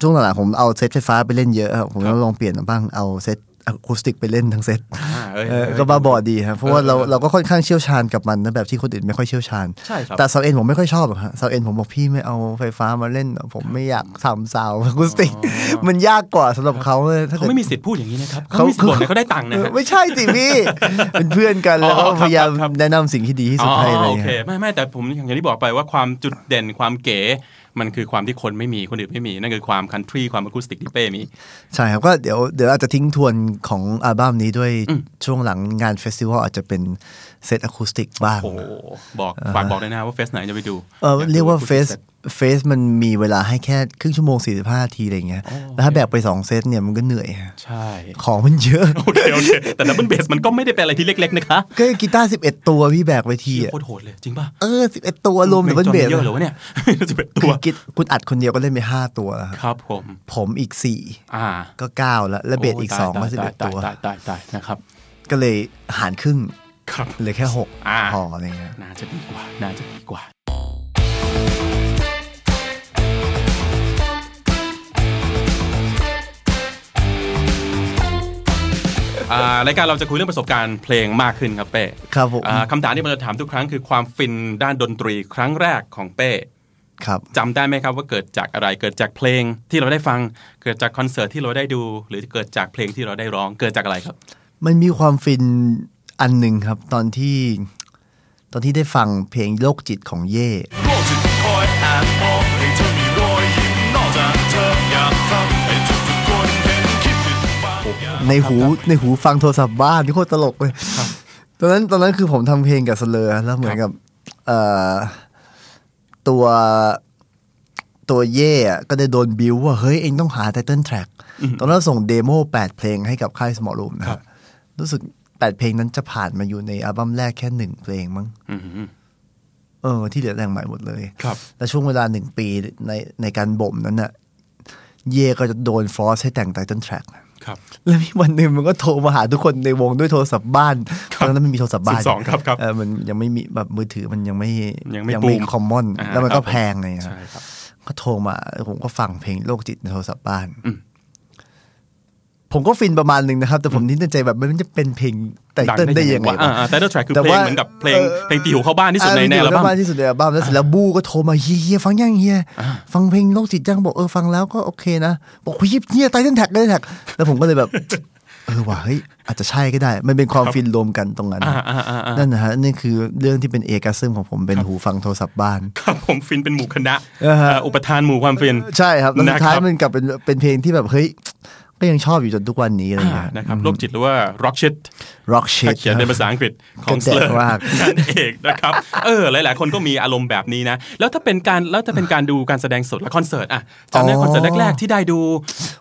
S3: ช่วงหลังๆผมเอาเซตไฟฟ้าไปเล่นเยอะครับผมก็ลองเปลี่ยนบ้างเอาเซตอะคูสติกไปเล่นทั้งเซต
S2: อ่าเอ้ย
S3: เออ
S2: เอ้ย
S3: ก็บ้าบอดีครับเพราะว่าเรา
S2: เออ
S3: เราก็ค่อนข้างเชี่ยวชาญกับมันนะแบบที่คนอื่นไม่ค่อยเชี่ยวชาญ
S2: ใช่ครับ
S3: แต่เซาเอ็นผมไม่ค่อยชอบอะฮะเซาเอ็นผมบอกพี่ไม่เอาไฟฟ้ามาเล่นหรอกผมไม่อยากทำซาวคูสติก (laughs) มันยากกว่าสำหรับเขาเลยถ้
S2: เขา
S3: กิด
S2: ไม่มีสิทธิ์พูดอย่างนี้นะครับเขาไม่มีสิทธิ์บ่นนะเขาได้ตังค์นะฮะ
S3: ไม่ใช่สิพี่
S2: (laughs)
S3: เป็นเพื่อนกันแล้ว
S2: อ๋อค
S3: ก็
S2: รับ
S3: พยายาม
S2: ครับครับ
S3: แนะนำสิ่งที่ดีที่สุดให้อะไร
S2: อ๋อ
S3: อ
S2: โอย่าง เค
S3: เงี้ย
S2: ไม่ไม่แต่ผมอย่างที่บอกไปว่าความจุดเด่นความเก๋ มันคือความที่คนไม่มีคนอื่นไม่มี นั่นคือความคันทรีความอะคูสติกที่เป้มี
S3: ใช่ครับก็เดี๋ยวเดี๋ยวอาจจะทิ้งทวนของอัลบั้มนี้ด้วยช่วงหลังงานเฟสติวัลอาจจะเป็นเซตอะคูสติกบ้าง
S2: โอ้โหบอกฝากบอกด้วยนะว่าเฟสไหนจะไปดู
S3: เออเรียกว่า
S2: อ
S3: เฟสเฟสมันมีเวลาให้แค่ครึ่งชั่วโมง 45นาทีอะไรอย่างเงี้ยแล้วถ้าแบกไป 2 เซตเนี่ยมันก็เหนื่อยฮะ
S2: ใช่ (laughs)
S3: ของมันเยอะ
S2: โอเคโอเคแต่ดับเบิลเบสมันก็ไม่ได้เป็นอะไรที่เล็กๆนะคะ
S3: ก็กีตาร์11 ตัวพี่แบกไปที
S2: เหี้ย
S3: อะ
S2: โคตรโหดเลยจริงป่ะ
S3: เออ 11 ตัวรวมแต่
S2: มั
S3: มันเบส
S2: เยอะเหรอวะเนี่ย (laughs) จะเป็นตั
S3: คื
S2: ว
S3: อกิตคุณอัดคนเดียวก็เล่นไปห้าตัวแล้วครับ
S2: ครับผม
S3: ผมอีกสี่
S2: อ่า
S3: ก็เก้าแล้วและเบสอีก
S2: โย
S3: สองก็
S2: ตาย
S3: สิบเอ็ด
S2: ตาย
S3: ตัว
S2: ตายตายตายตายนะครับ
S3: ก็เลยหารครึ่ง
S2: ครับ
S3: เหลือแค่หก
S2: อ่า
S3: พออะไรเงี้ย
S2: น่าจะดีกว่า น่าจะดีกว่า อ่ารายการเราจะคุยเรื่องประสบการณ์เพลงมากขึ้นครับเป้
S3: ครับผม
S2: อ่าคำถามที่เราจะถามทุกครั้งคือความฟินด้านดนตรีครั้งแรกของเป้
S3: ครับ
S2: จำได้ไหมครับว่าเกิดจากอะไรเกิดจากเพลงที่เราได้ฟัง เกิดจากคอนเสิร์ตที่เราได้ดู หรือเกิดจากเพลงที่เราได้ร้องเกิดจากอะไรครับ
S3: มันมีความฟินอันหนึ่งครับ ตอนที่ ตอนที่ได้ฟังเพลงโลกจิตของเย่
S4: โลกจิตคอยแอบมองให้เธอมีรอยยิ้มนอกจากเธออยากทำให้ทุกๆคนเห็นคิดถึงบางอย่าง
S3: (laughs) ในหูในหูฟังโทรศัพท์บ้านที่โคตรตลกเลยตอนนั้นตอนนั้นคือผมทำเพลงกับสเลอร์แล้วเหมือนกับเอ่อตัวตัวเย่อะก็ได้โดนบิวว่า เฮ้ย เองต้องหาไทเ l ิ t แทร็กตอนนั้นเราส่งเดโม8 เพลงให้กับค่ายสมอลรูมนะครับ รู้สึก 8 เพลงนั้นจะผ่านมาอยู่ในอัลบั้มแรกแค่หนึ่งเพลงมั้งเออ ที่เหลือแต่งใหม่หมดเลย
S2: ครับ
S3: และช่วงเวลาหนึ่งปีในในการบ่มนั้นน่ะ เย่ก็จะโดนฟอสให้แต่งไทเ l ิ t แทร็ก
S2: ครับ
S3: แล้วมีวันหนึ่งมันก็โทรมาหาทุกคนในวงด้วยโทรศัพท์บ้านตอนนั้นมันมีโทรศัพท์บ้าน
S2: 12ครับครับ
S3: เออมันยังไม่มีแบบมือถือมันยังไม่
S2: ยังไม่บูม
S3: คอมมอน
S2: อ่า
S3: แล้วมัน
S2: ค
S3: ก็
S2: รับผม
S3: แพงไงฮะ
S2: ใช่ครับ
S3: ก็โทรมาผมก็ฟังเพลงโลกจิตในโทรศัพท์บ้าน ผมก็ฟินประมาณหนึ่งนะครับ แต่ผมนิดในใจแบบมันจะเป็นเพลงไตเติ้ลได้ยังไง
S2: วะอ่าไตเติ้ลแทร็กคือ
S3: แต่
S2: เพลง
S3: ว่า
S2: เหมือนกับเพลง
S3: ออ
S2: เพลงตีหูเข้าบ้านที่สุดใน
S3: อ่า
S2: ในอัล
S3: เพลงตีหู
S2: บั้
S3: เข้าม บ้านที่สุดในอัลบั้มแล้วเสร็จแล้วบูก็โทรมาเฮียเฮียฟังยังเฮียฟังเพลงโลกจิตยังบอกเออฟังแล้วก็โอเคนะ บอกเฮียเฮียไตเติ้ลแท็กไตเติ้ลแท็กแล้วผมก็เลยแบบ (laughs) เออว่ะเฮ้ยอาจจะใช่ก็ได้ มันเป็นความฟินรวมกันตรงนั้น
S2: อ่าอ่าอ่าอ่า
S3: นั่นนะฮะนี่คือเรื่องที่เป็นเอกาซึมของผมเป็นหูฟังโทรศัพท์บ้าน
S2: ครับผมฟินเป็นหมู่คณะ
S3: อ่าฮะ
S2: อ่าอุปทานหมู่ความฟิน
S3: ใช่ครับแล้วสุด
S2: นะครับ
S3: ท้ายมันกลับเป็นเป็นเพลงที่แบบเฮ้ยก็ยังชอบอยู่จนทุกวันนี้อะไรอย่าง
S2: อ่า
S3: เงี้ย
S2: นะครับโรคจิตหรือว่า rock shit
S3: ร็อกเช
S2: ถ้า
S3: ด
S2: เขียนเป็นภาษาอังกฤษของ
S3: ก็
S2: เซ
S3: แดก
S2: อร์
S3: มาก
S2: นั่นเองนะครับ เออ หลาย ๆ คนก็มีอารมณ์แบบนี้นะ แล้วถ้าเป็นการแล้วถ้าเป็นการดูการแสดงสดและคอนเสิร์ตอะจำได้คอนเสิร์ตแรก ๆ ที่ได้ดู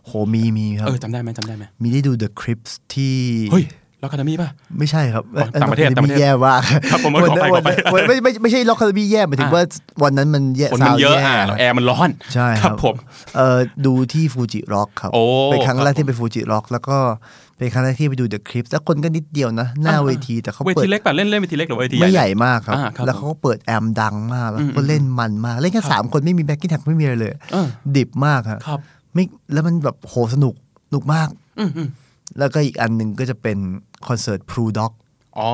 S3: โหมีมีครับ
S2: เออจำได้ไหมจำได้ไหม
S3: มีได้ดู The Crips ที่
S2: เฮ้ยล็อกคาเดมี่ป่ะ
S3: ไม่ใช่ครับ
S2: อ๋อต่างประเทศ
S3: นนั้น
S2: ต่างประเทศ
S3: แย่มาก
S2: ครับผมขอไปขอไป
S3: วันนั้นวันนั้นไม่ไม่ไม่ใช่ล็อกคาร์บีแย่หมายถึงว่าวันนั้นมันแย่
S2: คนมันเยอะ
S3: ซาวด์
S2: อ่ะ
S3: แย่
S2: แล้วแอร์มันร้อน
S3: ใช่
S2: ครับผม
S3: เออดูที่ฟูจิร็อกครับ
S2: โอ้
S3: เป็นครั้ง
S2: ครับ
S3: แรกที่ไปฟูจิร็อกแล้วก็เป็นครั้งแรกที่ไปดู The Crips แล้วคนก็นิดเดียวนะ หน้าเวทีแต่เขา
S2: เว
S3: เปิ
S2: ที
S3: ด
S2: เล็กป่ะเล่นเล่นเวทีเล็กหรือเวที
S3: ไม่
S2: ให
S3: ให
S2: ญ่
S3: ญ่มากครับ
S2: อ่าครับ
S3: แล้วเขาก็เปิดแอมป์ดังมากแล้วก็เล่นมันมากเล่นแค่สามคนไม่มีแบ็กกิ้งแท็กไม่มีอะไรเลย
S2: เออ
S3: ดิบมากครับ
S2: ครับ
S3: ไม่แล้วมันแบบโหสนุกสนุกมาก แล้วก็อีกอันหนึ่งก็จะเป็นคอนเสิร์ตพรูด็อก
S2: อ๋อ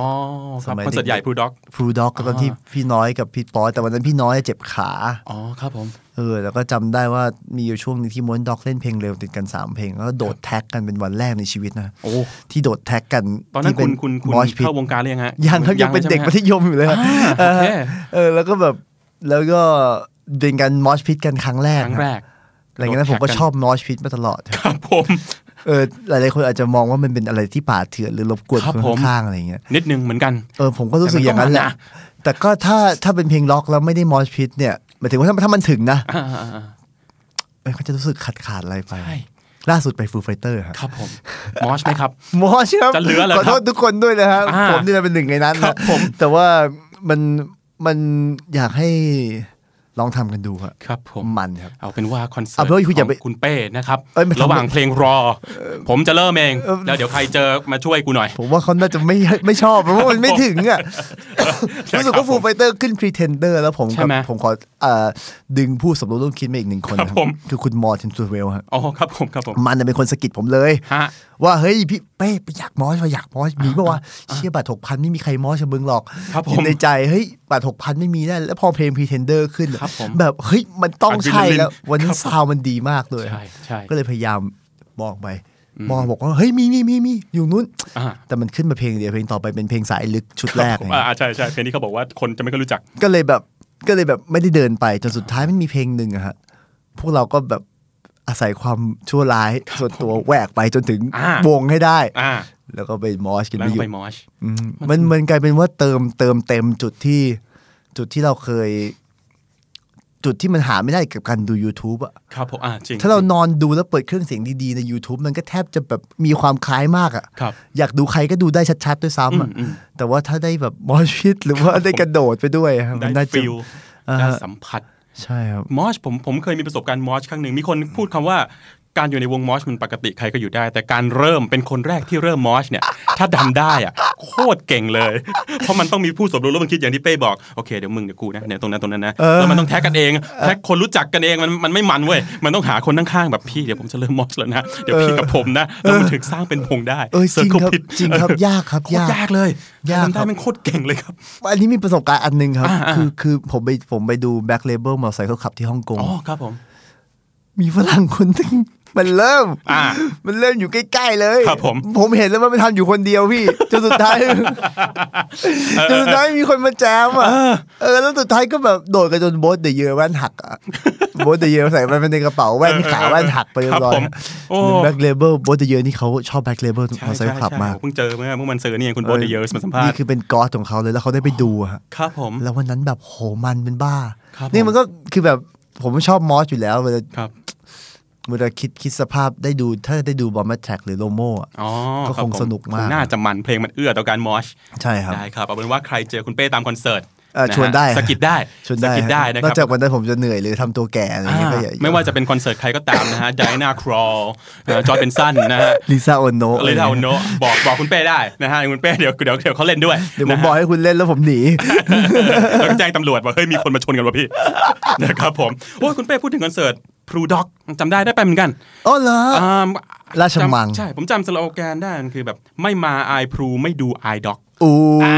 S2: ครับ
S3: สมัย
S2: คอนเสิร์ตใหญ่
S3: เด็ก
S2: พูด็อก
S3: พรูด็อกตอนที่พี่น้อยกับพี่ป๊อตแต่วันนั้นพี่น้อยเจ็บขา
S2: อ๋อครับผม
S3: เออแล้วก็จำได้ว่ามีอยู่ช่วงหนึงที่ม้วนด็อกเล่นเพลงเร็วติดกัน 3 เพลง แล้วก็โดดแท็กกันเป็นวันแรกในชีวิตนะ
S2: โอ้
S3: ที่โดดแท็กกัน
S2: ตอนนั้น
S3: ที่เป็
S2: คุณคุณคุณ
S3: mosh pit
S2: เข้าวงการหรือยังฮะ
S3: ยังครับยังเป็นเด็กมัธ
S2: ใช่ไหฮะ
S3: ยมอยู่เลยฮะ
S2: อ่าโอเค
S3: เออแล้วก็แบบแล้วก็เป็นการมอชพิทกันครั้งแรก
S2: ครั้งแรก
S3: หลังจากนั้นผมก็ชอบมอชพิทมาตลอด
S2: ครับผม
S3: เออหลายๆคนอาจจะมองว่ามันเป็นอะไรที่ป่าเถื่อนหรือรบกวน
S2: ครับ
S3: คน
S2: ผม
S3: ข้างๆอะไรอย่างเงี้ย
S2: นิดนึงเหมือนกัน
S3: เออผมก็รู้สึกอย่างนั้นแหละ แต่ก็ถ้าถ้าเป็นเพลงล็อกแล้วไม่ได้มอชพิทเนี่ยหมายถึงว่าถ้าถ้ามันถึงนะ
S2: อ่าอ่าอ่า
S3: มันก็จะรู้สึกขาดขาดๆอะไรไป
S2: ใช่
S3: ล่าสุดไปฟูลไฟเตอร์
S2: ครับผม มอชไหมครับ
S3: มอชครับ
S2: จะเหลือเหรอ
S3: ขอโทษทุกคนด้วยนะฮะ
S2: อ่า
S3: ผมนี่แหละเป็นหนึ่งในนั้น
S2: ครั
S3: นะ
S2: บผม
S3: แต่ว่ามันมันอยากให้ลองทำกันดูครับ
S2: ครับผม
S3: มันครับ
S2: เอาเป็นว่าคอนเสิร์
S3: เอา
S2: ต
S3: เป็นว่าคุณอย่าไป
S2: ของคุณเป้นะครับ
S3: เอ้ยไม่ทำ
S2: ระหว่างเพลงรอ ผมจะเริ่มเอง
S3: เออ
S2: แล้วเดี๋ยวใครเจอมาช่วยกูหน่อย
S3: ผมว่าเขาน่าจะไม่ไม่ชอบเพราะว่ามันไม่ถึงอ่ะ รู้สึกว่าฟูลไฟเตอร์ขึ้นพรีเทนเดอร์แล้วผม
S2: ใช่
S3: กับ
S2: ไหม
S3: ผมขอเอ่อดึงผู้สมรู้ร่วมคิดมาอีกหนึ่งคน
S2: ครับผม
S3: คือคุณมอร์ทินซูเวลฮะ
S2: อ๋อครับผมครับผม
S3: มันน่ะเป็นคนสะกิดผมเลย
S2: ฮะ
S3: ว่าเฮ้ยพี่เป้ไปอยากมอสว่าอยากมอสมีป่าวะเชี่ยบัตรหกพันไม่มีใครมอสกับมึงหรอก
S2: ครับผม
S3: อยู่ในใจเฮ้ยบัตรหกพันไม่มีแน่แล้วพอเพลงพรีเทนเดอร์ขึ้น
S2: ครับผม
S3: แบบเฮ้ยมันต้องใช่แล้ว
S2: Adrenaline
S3: วันนั้นซาวด์มันดีมากเลย
S2: ใช่ใช่
S3: ก็เลยพยายามมองไปมองบอกว่าเฮ้ยมีมีมีมีอยู่นู้น
S2: อ่า
S3: แต่มันขึ้นมาเพลงเดียวเพลงต่อไปเป็นเพลงสายลึกชุดแรกไง
S2: อ่าใช่ใช่เพลงนี้เขาบอกว่าคนจะไม่ค่อยรู้จัก
S3: ก็เลยแบบก็เลยแบบไม่ได้เดินไปจนสุดท้ายมันมีเพลงหนึ่งอะฮะพวกเราก็แบบอาศัยความชั่วร้ายส่วนตัวแหวกไปจนถึง
S2: อ่า
S3: วงให้ได้
S2: อ่า
S3: แล้วก็ไปมอชกัน
S2: แล้ว
S3: ไม่ห
S2: ก็
S3: ยุด
S2: ไปมอช
S3: อืมมันมันกลายเป็นว่าเติมเติมเต็มจุดที่จุดที่เราเคย จุดที่มันหาไม่ได้กับการดู YouTube อะ
S2: ครับผมอ่าจริง
S3: ถ้าเรานอนดูแล้วเปิดเครื่องเสียงดีๆ ใน YouTube มันก็แทบจะแบบมีความคล้ายมากอะ
S2: ครับ
S3: อยากดูใครก็ดูได้ชัดๆด้วยซ้ำอะแต่ว่าถ้าได้แบบมอชิดหรือว่าได้กระโดดไปด้วยอะมัน
S2: ได้
S3: น่าจะ
S2: ฟิล
S3: อ่าฮะ
S2: ได้สัมผัส
S3: ใช่ครับ
S2: มอชผมผมเคยมีประสบการณ์มอชครั้งหนึ่งมีคนพูดคำว่า การอยู่ในวงมอชมันปกติใครก็อยู่ได้ แต่การเริ่มเป็นคนแรกที่เริ่มมอชเนี่ย ถ้าดำได้อะโคตรเก่งเลย (laughs) เพราะมันต้องมีผู้สมรู้ร่วมคิดอย่างที่เป้บอกโอเคเดี๋ยวมึงเดี๋ยวกูนะเดี๋ยวตรงนั้นตรงนั้นนะแล้วมันต้องแท็กกันเองแท็กคนรู้จักกันเองมันมันไม่มันเว้ยมันต้องหาคนข้างๆแบบพี่เดี๋ยวผมจะเริ่มมอชแล้วนะเดี๋ยวพี่กับผมนะแล้วมันถึงสร้างเป็นวงได้
S3: เออจริงครับ
S2: เคิลพิท
S3: จริงครับยากครับ
S2: โคตรยากเลย
S3: ยากครั
S2: ทำ
S3: บ
S2: ได้มันโคตรเก่งเลยครับ
S3: อันนี้มีประสบการณ์อันหนึ่งครับ
S2: อ่าอ่า
S3: คือคือผมไปผมไปดูแบ็ c เลเบ l ลมอเตอร์ไซค์ขับที่ฮ่องกง
S2: อ๋อครับผม
S3: มีฝรั่งคนหนึง (laughs) มันเริ่ม
S2: อ่า
S3: มันเริ่มอยู่ใกล้ๆเลย
S2: ครับผม
S3: ผมเห็นแล้วมันไปทำอยู่คนเดียวพี่ จนสุดท้าย
S2: (laughs)
S3: จนสุดท้ายมีคนมาแจมอ่ะเออแล้วสุดท้ายก็แบบโดดกันจนโบ๊ทเดอะเยอแว่นหักอ่ะ โบ๊ทเดอะเยอใส่ไปในกระเป๋าแว่นขาแว่นหักไปเรียบร้อย
S2: ครับผมโอ้
S3: แบ็คเลเบลโบ๊ทเดอะเยอนี่เขาชอบแบ็คเลเบล
S2: ใช่
S3: มาไซ
S2: ใช่
S3: ค์ขับ
S2: ใช่
S3: มาก
S2: ผมเพิ่งเจอเมื่อเมื่อวันเสาร์นี่เองคุณโบ๊ทเดอะเยอร์สมาสัมภาษ
S3: นี่
S2: ณ์
S3: คือเป็นกอสของเขาเลยแล้วเขาได้ไปดูอะฮะ
S2: ครับผม
S3: แล้ววันนั้นแบบโหมันเป็นบ้า
S2: ครับ
S3: นี่
S2: ผม
S3: มันก็คือแบบผมชอบมอสอยู่แล้วเวลา
S2: ครับ
S3: เวลาคิดคิดสภาพได้ดูถ้าได้ดูบอมแมทแท็กหรือโลโม่อะ
S2: อ๋อ
S3: ก็คง
S2: รับผ
S3: สนุกมาก
S2: คงน่าจะมันเพลงมันเอื้อต่อการมอช
S3: ใช่ครับ
S2: ได้ครับเอาเป็นว่าใครเจอคุณเป้ตามคอนเสิร์ต
S3: เออชวนได้
S2: ะฮะสะกิดได้
S3: ชวนได้
S2: สะกิดได้นะคน
S3: อ
S2: รั
S3: กจากวันนั้นผมจะเหนื่อยหรือทำตัวแก่อะไรอย่างเงี้ยก็อย่า
S2: อ่าไม่ว่าจะเป็นคอนเสิร์ตใครก็ตามนะฮะไดนาครอลจอร์เป็นสั้นนะฮะ
S3: ลิซ่าโอโน
S2: เลยเท่าโนบอกบอกคุณเป้ได้นะฮะคุณเป้เดี๋ยวเดี๋ยวเดี๋ยวเขาเล่นด้วย
S3: เดี๋ยวผ
S2: นะ
S3: ม
S2: ฮะ
S3: บอกให้คุณเล่นแล้วผมหนี
S2: (laughs) แล้วก็แจ้งตำรวจว่าเฮ้ยมีคนมาชนกันว่ะพี่ (laughs) นะครับผมโอ้ยคุณเป้พูดถึงคอนเสิร์ตพรูด็อกจำได้ได้ไปเหมือนกัน
S3: อ๋อเหรอ
S2: อ่า
S3: ราชมัง
S2: จำใช่ผมจำสโลแกนได้มันคือแบบไม่มาไอพรูไม่ดูไอด็อก
S3: อู้
S2: อ่า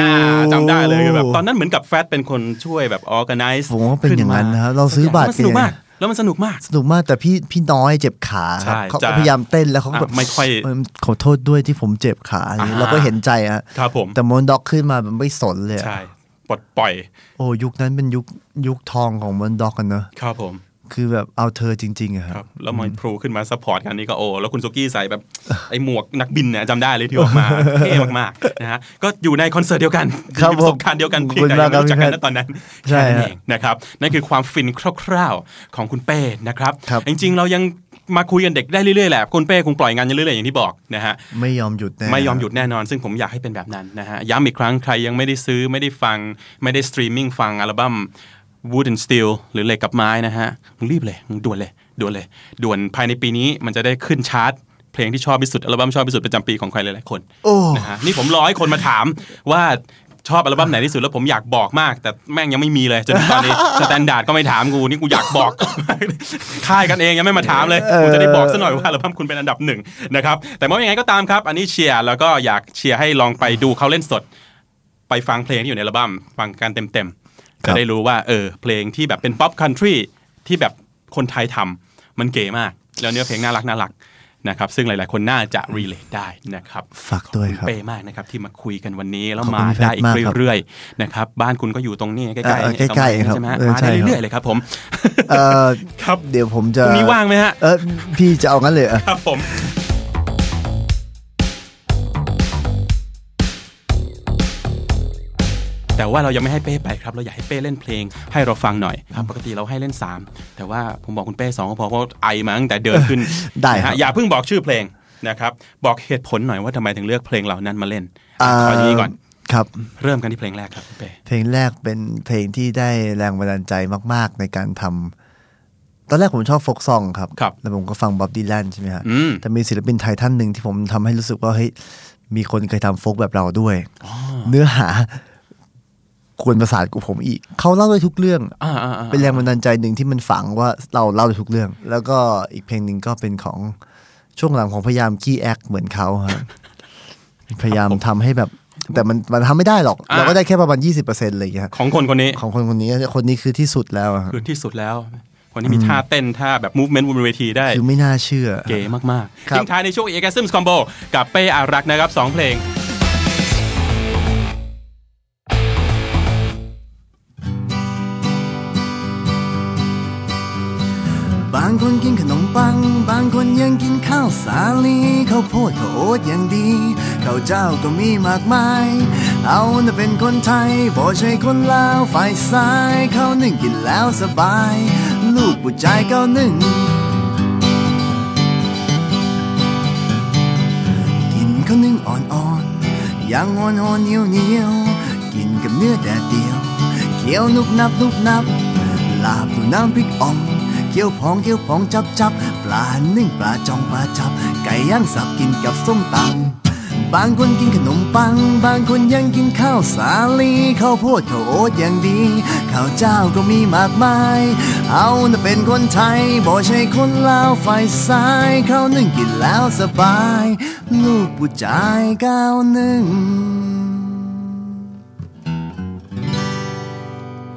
S2: จำได้เลยแบบตอนนั้นเหมือนกับแฟตเป็นคนช่วยแบบออ g a แ i น e
S3: ผมว่าเป็นอย่างนั้นนะครับเราซื้อบัตร
S2: มันสนุกมาก แล้วมันสนุกมาก
S3: สนุกมากแต่พี่พี่น้อยเจ็บขา
S2: ใช่
S3: เขา
S2: จะ
S3: ก็พยายามเต้นแล้วเขาก็แบบ
S2: อ่ะไม่ค่อย
S3: เขอโทษด้วยที่ผมเจ็บขาอะไรอย่างเงี้ย
S2: อ่า
S3: เราก็เห็นใจอะ
S2: ครับผม
S3: แต่มอนด็อกขึ้นมาแบบไม่สนเลยอะ
S2: ใช่ ปลดปล่อย
S3: โอ้ยุคนั้นเป็นยุคยุคทองของมันด็อกกันเนอะ
S2: ครับผม
S3: คือแบบเอาเธอจริงๆอะค
S2: ค
S3: รั
S2: รั
S3: บบ
S2: แล้วมันพรูขึ้นมาซัพพอร์ตกันนี่ก็โอ้แล้วคุณซุกี้ใส่แบบ ไอ้หมวกนักบินเนี่ยจำได้เลยที่ออกมา (laughs) เท่มากๆนะฮะก็อยู่ในคอนเสิร์ตเดียวกัน
S3: ครับ
S2: มีป
S3: ผม
S2: ระสบการณ์เดียวกันเพียง
S3: ขอบ
S2: แต่ยังไม่
S3: คุณ
S2: รู้จักกันนะ
S3: มาพี่แพท
S2: ตอนนั้น
S3: ใช่ฮะ
S2: แค่นั้นเองนะครับนั่นคือความฟินคร่าวๆของคุณเป้นะครับ
S3: ครับ
S2: จริงๆเรายังมาคุยกันเด็กได้เรื่อยๆแหละคุณเป้คงปล่อยงานอยู่เรื่อยๆอย่างที่บอกนะฮะ
S3: ไม่ยอมหยุดแน่
S2: ไม่ยอมหยุดแน่นอนซึ่งผมอยากให้เป็นแบบนั้นนะฮะ ย้ำอีกครั้งใครยังไม่ได้ซื้อไม่ได้ฟัง ไม่ได้สตรีมมิ่งฟังอัลบั้ม Wood and Steel หรือเหล็กกับไม้นะฮะมึงรีบเลยมึงด่วนเลยด่วนเลยด่วนภายในปีนี้มันจะได้ขึ้นชาร์ตเพลงที่ชอบที่สุดอัลบั้มชอบที่สุดประจำปีของใครหลายๆคน
S3: โอ้
S2: นะฮะนี่ผมรอให้คนมาถามว่าชอบอัลบั้มไหนที่สุดแล้วผมอยากบอกมาก แต่แม่งยังไม่มีเลยจนถึงตอนนี้ สแตนดาร์ดก็ไม่ถามกูนี่กูอยากบอก (laughs) ค่ายกันเองยังไม่มาถามเลยกูจะได้บอกซะหน่อยว่าอัลบั้มคุณเป็นอันดับหนึ่งนะครับแต่ไม่ว่ายังไงก็ตามครับ อันนี้เชียร์แล้วก็อยากเชียร์ให้ลองไปดูเขาเล่นสด ไปฟังเพลงที่อยู่ในอัลบั้มฟังกันเต็มๆ
S3: ครั
S2: จะ
S3: บ
S2: ได้รู้ว่าเออเพลงที่แบบเป็นป๊อปคันทรีที่แบบคนไทยทำมันเก๋มาก แล้วเนื้อเพลงน่ารักน่ารักนะครับซึ่งหลายๆ คนน่าจะรีเลทได้นะครับ
S3: ฝากด้วยครับ
S2: เป้มากนะครับที่มาคุยกันวันนี้แล้ว
S3: ขอบ
S2: มา
S3: คุณพี่
S2: ได้
S3: แพทย์
S2: อีก
S3: มากครับ
S2: เรื่อยๆนะครับบ้านคุณก็อยู่ตรงนี้ใกล้ๆ
S3: เออ
S2: เนี่ย
S3: ใกล้ๆครับ
S2: ใช่ไหมฮะ
S3: เออ
S2: มา
S3: ใช่
S2: ได้
S3: ครับ
S2: เรื่อยๆเลยครับผม
S3: เออ
S2: ครับ
S3: เดี๋ยวผมจะ
S2: พรุ่งนี้ว่างไหมฮะ
S3: เออพี่จะเอางั้นเลยเหรอ
S2: ครับผม แต่ว่าเรายังไม่ให้เป้ไปครับ เราอยากให้เป้เล่นเพลงให้เราฟังหน่อยครับ ปกติเราให้เล่น 3 แต่ว่าผมบอกคุณเป้2ก็พอเพราะไอมาตั้งแต่เดินขึ้น
S3: ได้
S2: นะ
S3: ครั
S2: ฮะ
S3: บ
S2: อย่าเพิ่งบอกชื่อเพลงนะครับ บอกเหตุผลหน่อยว่าทำไมถึงเลือกเพลงเหล่านั้นมาเล่นข
S3: เ
S2: ออย่างนี้ก่อน
S3: ครับ
S2: เริ่มกันที่เพลงแรกครับคุณเป้
S3: เพลงแรกเป็นเพลงที่ได้แรงบันดาลใจมาก ๆ ในการทำตอนแรกผมชอบโฟกซองครับ
S2: ครับ
S3: แล้วผมก็ฟังบ๊อบดีแลนใช่ไหมฮะ
S2: อืม
S3: แต่มีศิลปินไทยท่านหนึ่งที่ผมทำให้รู้สึกว่าเฮ้ยมีคนเคยทำโฟกแบบเราด้วย เนื้อหาควรประสานกับผมอีก เขาเล่าได้ทุกเรื่อง
S2: อ่าอ่าอ่า
S3: เป็นแรงบันดาลใจหนึ่งที่มันฝังว่าเราเล่าได้ทุกเรื่อง แล้วก็อีกเพลงหนึ่งก็เป็นของช่วงหลังของพยายามขี้แอคเหมือนเขาฮะพยายามทำให้แบบ แต่มันมันทำไม่ได้หรอก
S2: อ่า
S3: เราก็ได้แค่ประมาณ20%อะไรอย่างเงี้ยฮะ
S2: ของคนคนนี้
S3: ของคนคนนี้คนนี้คือที่สุดแล้วอะฮะ
S2: คือที่สุดแล้วคนนี้มีท่าเต้นท่าแบบ movement บนเวทีได้
S3: คือไม่น่าเชื่อ
S2: เก๋มาก
S3: ค
S2: ๆ
S3: รับ
S2: ทิ้งท้ายในช่วง e g a s m s Combo กับเป้อารักษ์นะครับสองเพลง
S3: บางคนกินขนมปัง บางคนยังกินข้าวสาลีข้าวโพดข้าวโอ๊ตอย่างดีข้าวเจ้าก็มีมากมาย เอาน่ะเป็นคนไทยบ่ใช่คนลาวฝ่ายซ้ายข้าวหนึ่งกินแล้วสบาย ลูกผู้ชายข้าวหนึ่ง กินข้าวนึ่งอ่อนๆย่างอ่อนๆเหนียวเหนียวๆกินกับเนื้อแดดเดียว เคี้ยวนุบนับนุบนับ ลาบดูน้ำพริกอ่อง เกี๊ยวพองเกี๊ยวพองจับจับปลานึ่งปลาจองปลาจับ ไก่ย่างสับกินกับส้มตำบางคนกินขนมปัง บางคนยังกินข้าวสาลีข้าวโพดข้าวโอ๊ตอย่างดี ข้าวเจ้าก็มีมากมาย เอานะเป็นคนไทยบ่ใช่คนลาวฝ่ายซ้ายข้าวนึ่งกินแล้วสบาย ลูกผู้ชายก้าวหนึ่ง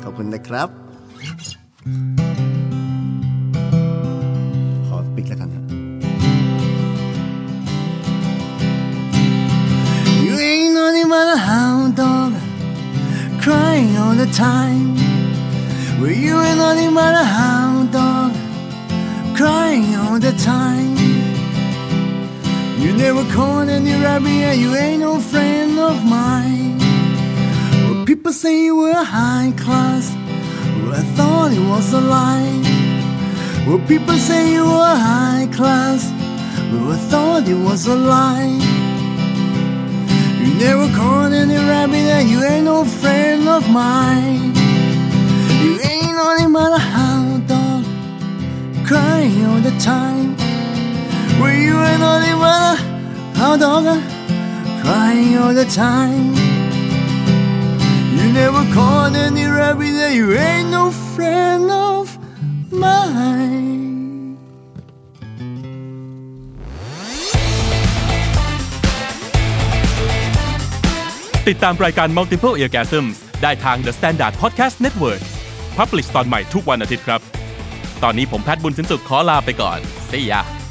S3: ขอบคุณนะครับ ขอปิดแล้วกันนะ You ain't no matter how dog crying all the time. Well, you ain't no matter how dog crying all the time. You never called any rabbit and you ain't no friend of mine. Well, people say you were high class. Well, I thought it was a lie. Well, people say you were high class. Well, I thought it was a lie. You never caught any rabbit and you ain't no friend of mine. You ain't no matter how dog crying all the time. Well, you ain't no matter how dog crying all the time. You never caught any rabbit and you ain't no friend of mine.
S5: ติดตามรายการ Multiple Orgasms ได้ทาง The Standard Podcast Network Publish ตอนใหม่ทุกวันอาทิตย์ครับ ตอนนี้ผมแพทย์บุญสินสุขขอลาไปก่อน See ya